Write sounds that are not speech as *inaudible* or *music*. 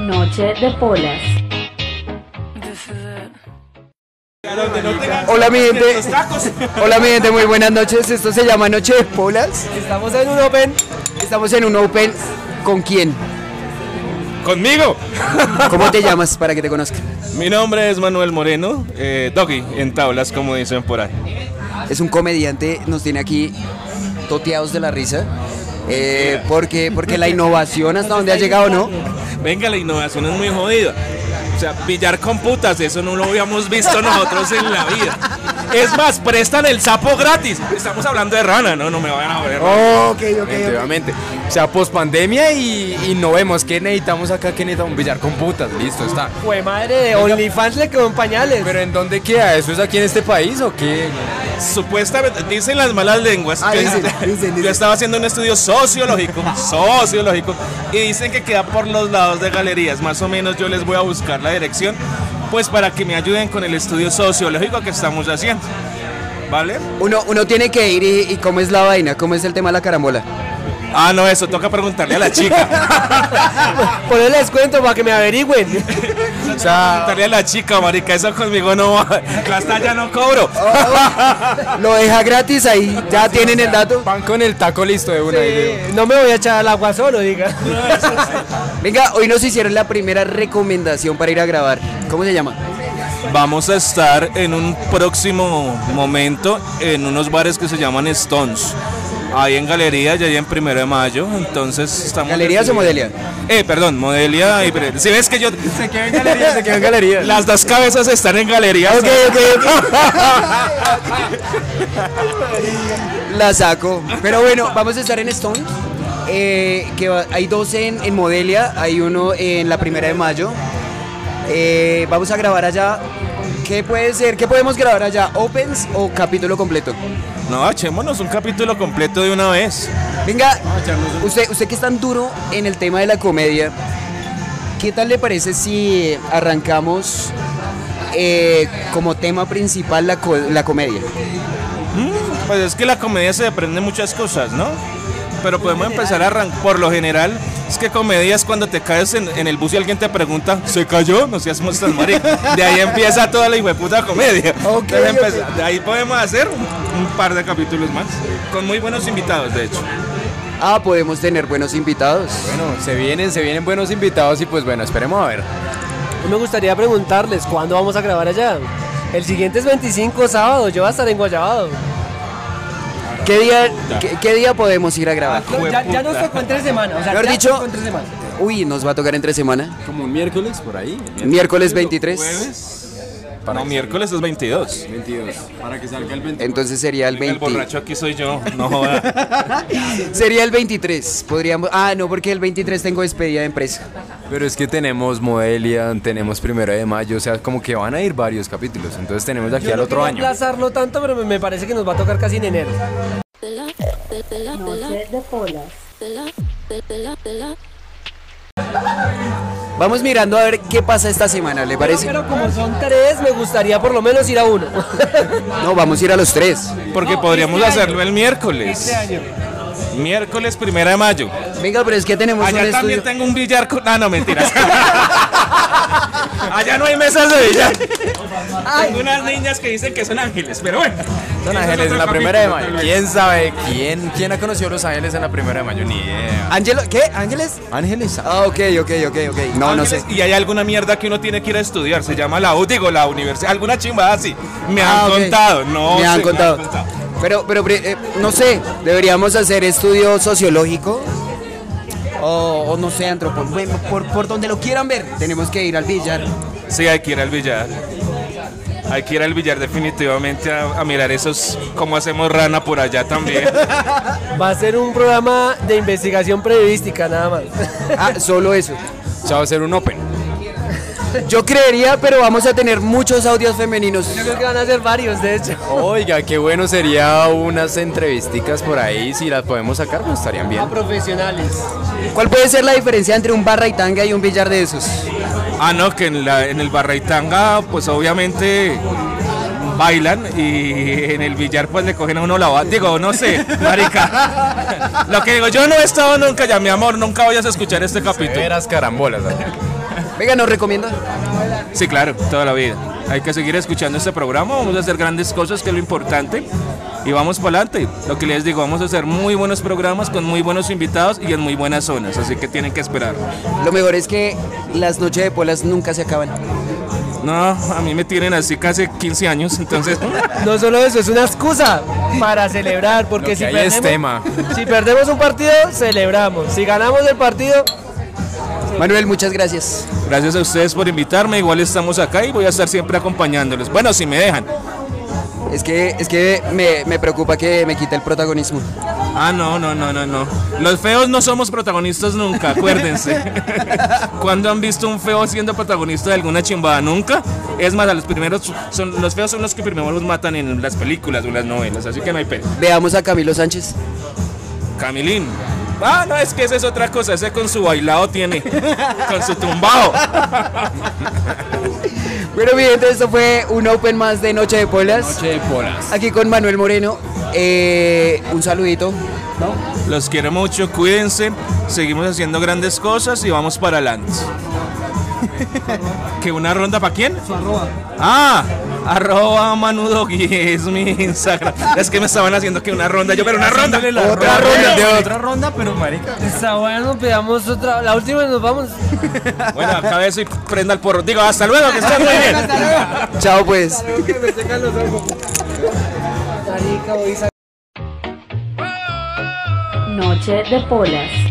Noche de Polas. Hola mi gente, hola mi gente, muy buenas noches. Esto se llama Noche de Polas. Estamos en un Open, estamos en un Open. ¿Con quién? Conmigo. ¿Cómo te llamas para que te conozca? Mi nombre es Manuel Moreno, eh, Doggy en tablas, como dicen por ahí. Es un comediante, nos tiene aquí toteados de la risa. eh, porque, porque la innovación hasta donde ha llegado, ¿no? Venga, la innovación es muy jodida. O sea, pillar con putas, eso no lo habíamos visto nosotros en la vida. Es más, prestan el sapo gratis. Estamos hablando de rana, no, no me vayan a joder. Ok, ok, ok. Efectivamente. O sea, post pandemia y, y no vemos qué necesitamos acá, qué necesitamos billar con putas, listo, está. Fue madre de OnlyFans le quedó en pañales. Pero ¿en dónde queda? ¿Eso es aquí en este país o qué? Supuestamente, dicen las malas lenguas. Ah, Yo- *laughs* dicen, dicen, dicen. Yo estaba haciendo un estudio *laughs* sociológico, sociológico, y dicen que queda por los lados de galerías. Más o menos yo les voy a buscar la dirección, pues para que me ayuden con el estudio sociológico que estamos haciendo. ¿Vale? Uno, uno tiene que ir y, y cómo es la vaina, cómo es el tema de la *laughs* carambola. Ah, no, eso, toca preguntarle a la chica. Ponle el descuento para que me averigüen. O sea, Preguntarle a la chica, marica, eso conmigo no va. *laughs* Las ya no cobro. Lo deja gratis ahí, ya tienen el dato. van con el taco listo de una. y de- Eh, No me voy a echar al agua solo, diga. *laughs* Venga, hoy nos hicieron la primera recomendación para ir a grabar. ¿Cómo se llama? Vamos a estar en un próximo momento en unos bares que se llaman Stones. Ahí en Galería y ahí en Primero de Mayo. Entonces estamos. ¿Galerías o Modelia? Eh, perdón, Modelia y. Si ves que yo. *laughs* Se quedó en Galería, *laughs* se quedó en Galería. Las dos cabezas están en Galería. Ok, ok, *laughs* ok. La saco. Pero bueno, vamos a estar en Stone. eh, que va- hay dos en, en Modelia, hay uno en la primera de mayo. Eh, vamos a grabar allá. ¿Qué puede ser? ¿Qué podemos grabar allá? ¿Opens o capítulo completo? No, echémonos un capítulo completo de una vez. Venga, usted, usted que es tan duro en el tema de la comedia, ¿qué tal le parece si arrancamos eh, como tema principal la, co- la comedia? Mm, Pues es que la comedia se aprende muchas cosas, ¿no? Pero podemos empezar a arrancar. Por lo general, es que comedia es cuando te caes en, en el bus y alguien te pregunta, ¿se cayó? No seas mostas, marica. De ahí empieza toda la hijueputa comedia. Ok, Entonces ok. empeza- De ahí podemos hacer un, un par de capítulos más. Con muy buenos invitados, de hecho. Ah, podemos tener buenos invitados. Bueno, se vienen, se vienen buenos invitados y pues bueno, esperemos a ver. Me gustaría preguntarles, ¿cuándo vamos a grabar allá? El siguiente es 25 sábado, yo voy a estar en Guayabado. ¿Qué día, qué, qué día podemos ir a grabar? Ya, ya nos tocó en tres semanas, o sea, Mejor ya dicho- nos tocó en tres semanas. Uy, nos va a tocar entre semana. Como un miércoles por ahí. Miércoles 23. ¿Jueves? No, miércoles es 22. 22. Para que salga el 22. Entonces sería el El 20. borracho aquí soy yo. No joda. Sería el 23. Podríamos. Ah, no, porque el 23 tengo despedida de empresa. Pero es que tenemos Modelia, tenemos Primero de Mayo, o sea, como que van a ir varios capítulos. Entonces tenemos de aquí Yo al no otro quiero año. aplazarlo tanto, pero me- me parece que nos va a tocar casi en enero. Noche de Polas. Vamos mirando a ver qué pasa esta semana, ¿le Pero, parece? pero como son tres, me gustaría por lo menos ir a uno. *laughs* No, vamos a ir a los tres. Porque No, podríamos este hacerlo el este miércoles. año. Miércoles primera de mayo. Venga, pero es que tenemos un Allá también estudio. tengo un billar con. Ah, no, *laughs* mentiras. Allá no hay mesas de billar. Tengo unas niñas que dicen que son ángeles, pero bueno. Los Eso es Ángeles otro en la primera de mayo. capítulo, tal vez. ¿Quién sabe quién, quién ha conocido a Los Ángeles en la primera de mayo? Ni idea. ¿Ángelo? ¿Qué? ¿Ángeles? Ángeles. Ah, ok, ok, ok, ok. No, no sé. Ángeles, Y hay alguna mierda que uno tiene que ir a estudiar. Se llama la U, digo, la universidad. Alguna chimba así. Me Ah, han ok. contado. No, Me sé, han contado. Pero, pero eh, no sé, deberíamos hacer estudio sociológico o, o no sé, antropológico. Por, por donde lo quieran ver, tenemos que ir al billar. Sí, hay que ir al billar. Hay que ir al billar definitivamente a, a mirar esos, cómo hacemos rana por allá también. Va a ser un programa de investigación periodística nada más. Ah, solo eso. O sea, va a ser un open. Yo creería, pero vamos a tener muchos audios femeninos. Yo creo que van a ser varios, de hecho. Oiga, qué bueno sería unas entrevisticas por ahí. Si las podemos sacar, pues estarían bien. A profesionales. ¿Cuál puede ser la diferencia entre un barra y tanga y un billar de esos? Ah, no, que en, la, en el Barraitanga, pues obviamente bailan y en el billar pues le cogen a uno la bata. Digo, no sé, marica. Lo que digo, yo no he estado nunca ya, mi amor, nunca vayas a escuchar este capítulo. Veras carambolas. Venga, ¿nos recomienda? Sí, claro, toda la vida. Hay que seguir escuchando este programa, vamos a hacer grandes cosas, que es lo importante, y vamos para adelante. Lo que les digo, vamos a hacer muy buenos programas con muy buenos invitados y en muy buenas zonas, así que tienen que esperar. Lo mejor es que las noches de polas nunca se acaban. No, a mí me tienen así casi 15 años, entonces... No solo eso, es una excusa para celebrar, porque que si, hay perdemos, es tema. si perdemos un partido, celebramos. Si ganamos el partido, Manuel, muchas gracias. Gracias a ustedes por invitarme, igual estamos acá y voy a estar siempre acompañándolos. Bueno, si me dejan. Es que, es que me, me preocupa que me quita el protagonismo. Ah, no, no, no, no, no. Los feos no somos protagonistas nunca, acuérdense. *laughs* ¿Cuándo han visto un feo siendo protagonista de alguna chimbada? Nunca. Es más, a los primeros son los feos son los que primero los matan en las películas o las novelas, así que no hay pedo. Veamos a Camilo Sánchez. Camilín. Ah, no, es que esa es otra cosa, ese con su bailado tiene, con su tumbao. Bueno, mi gente, esto fue un open más de Noche de Polas. Che, polas. Aquí con Manuel Moreno. Eh, un saludito. Los quiero mucho, cuídense, seguimos haciendo grandes cosas y vamos para adelante. ¿Que una ronda para quién? Ah, arroba Manudo es mi Instagram. Es que me estaban haciendo que una ronda, yo pero una ronda. Otra ronda. De otra ronda, pero marica. está bueno, pidamos otra. La última y nos vamos. Bueno, acá eso y prenda el porro. Digo, hasta luego, que estén muy bien. Chao, pues. Noche de polas.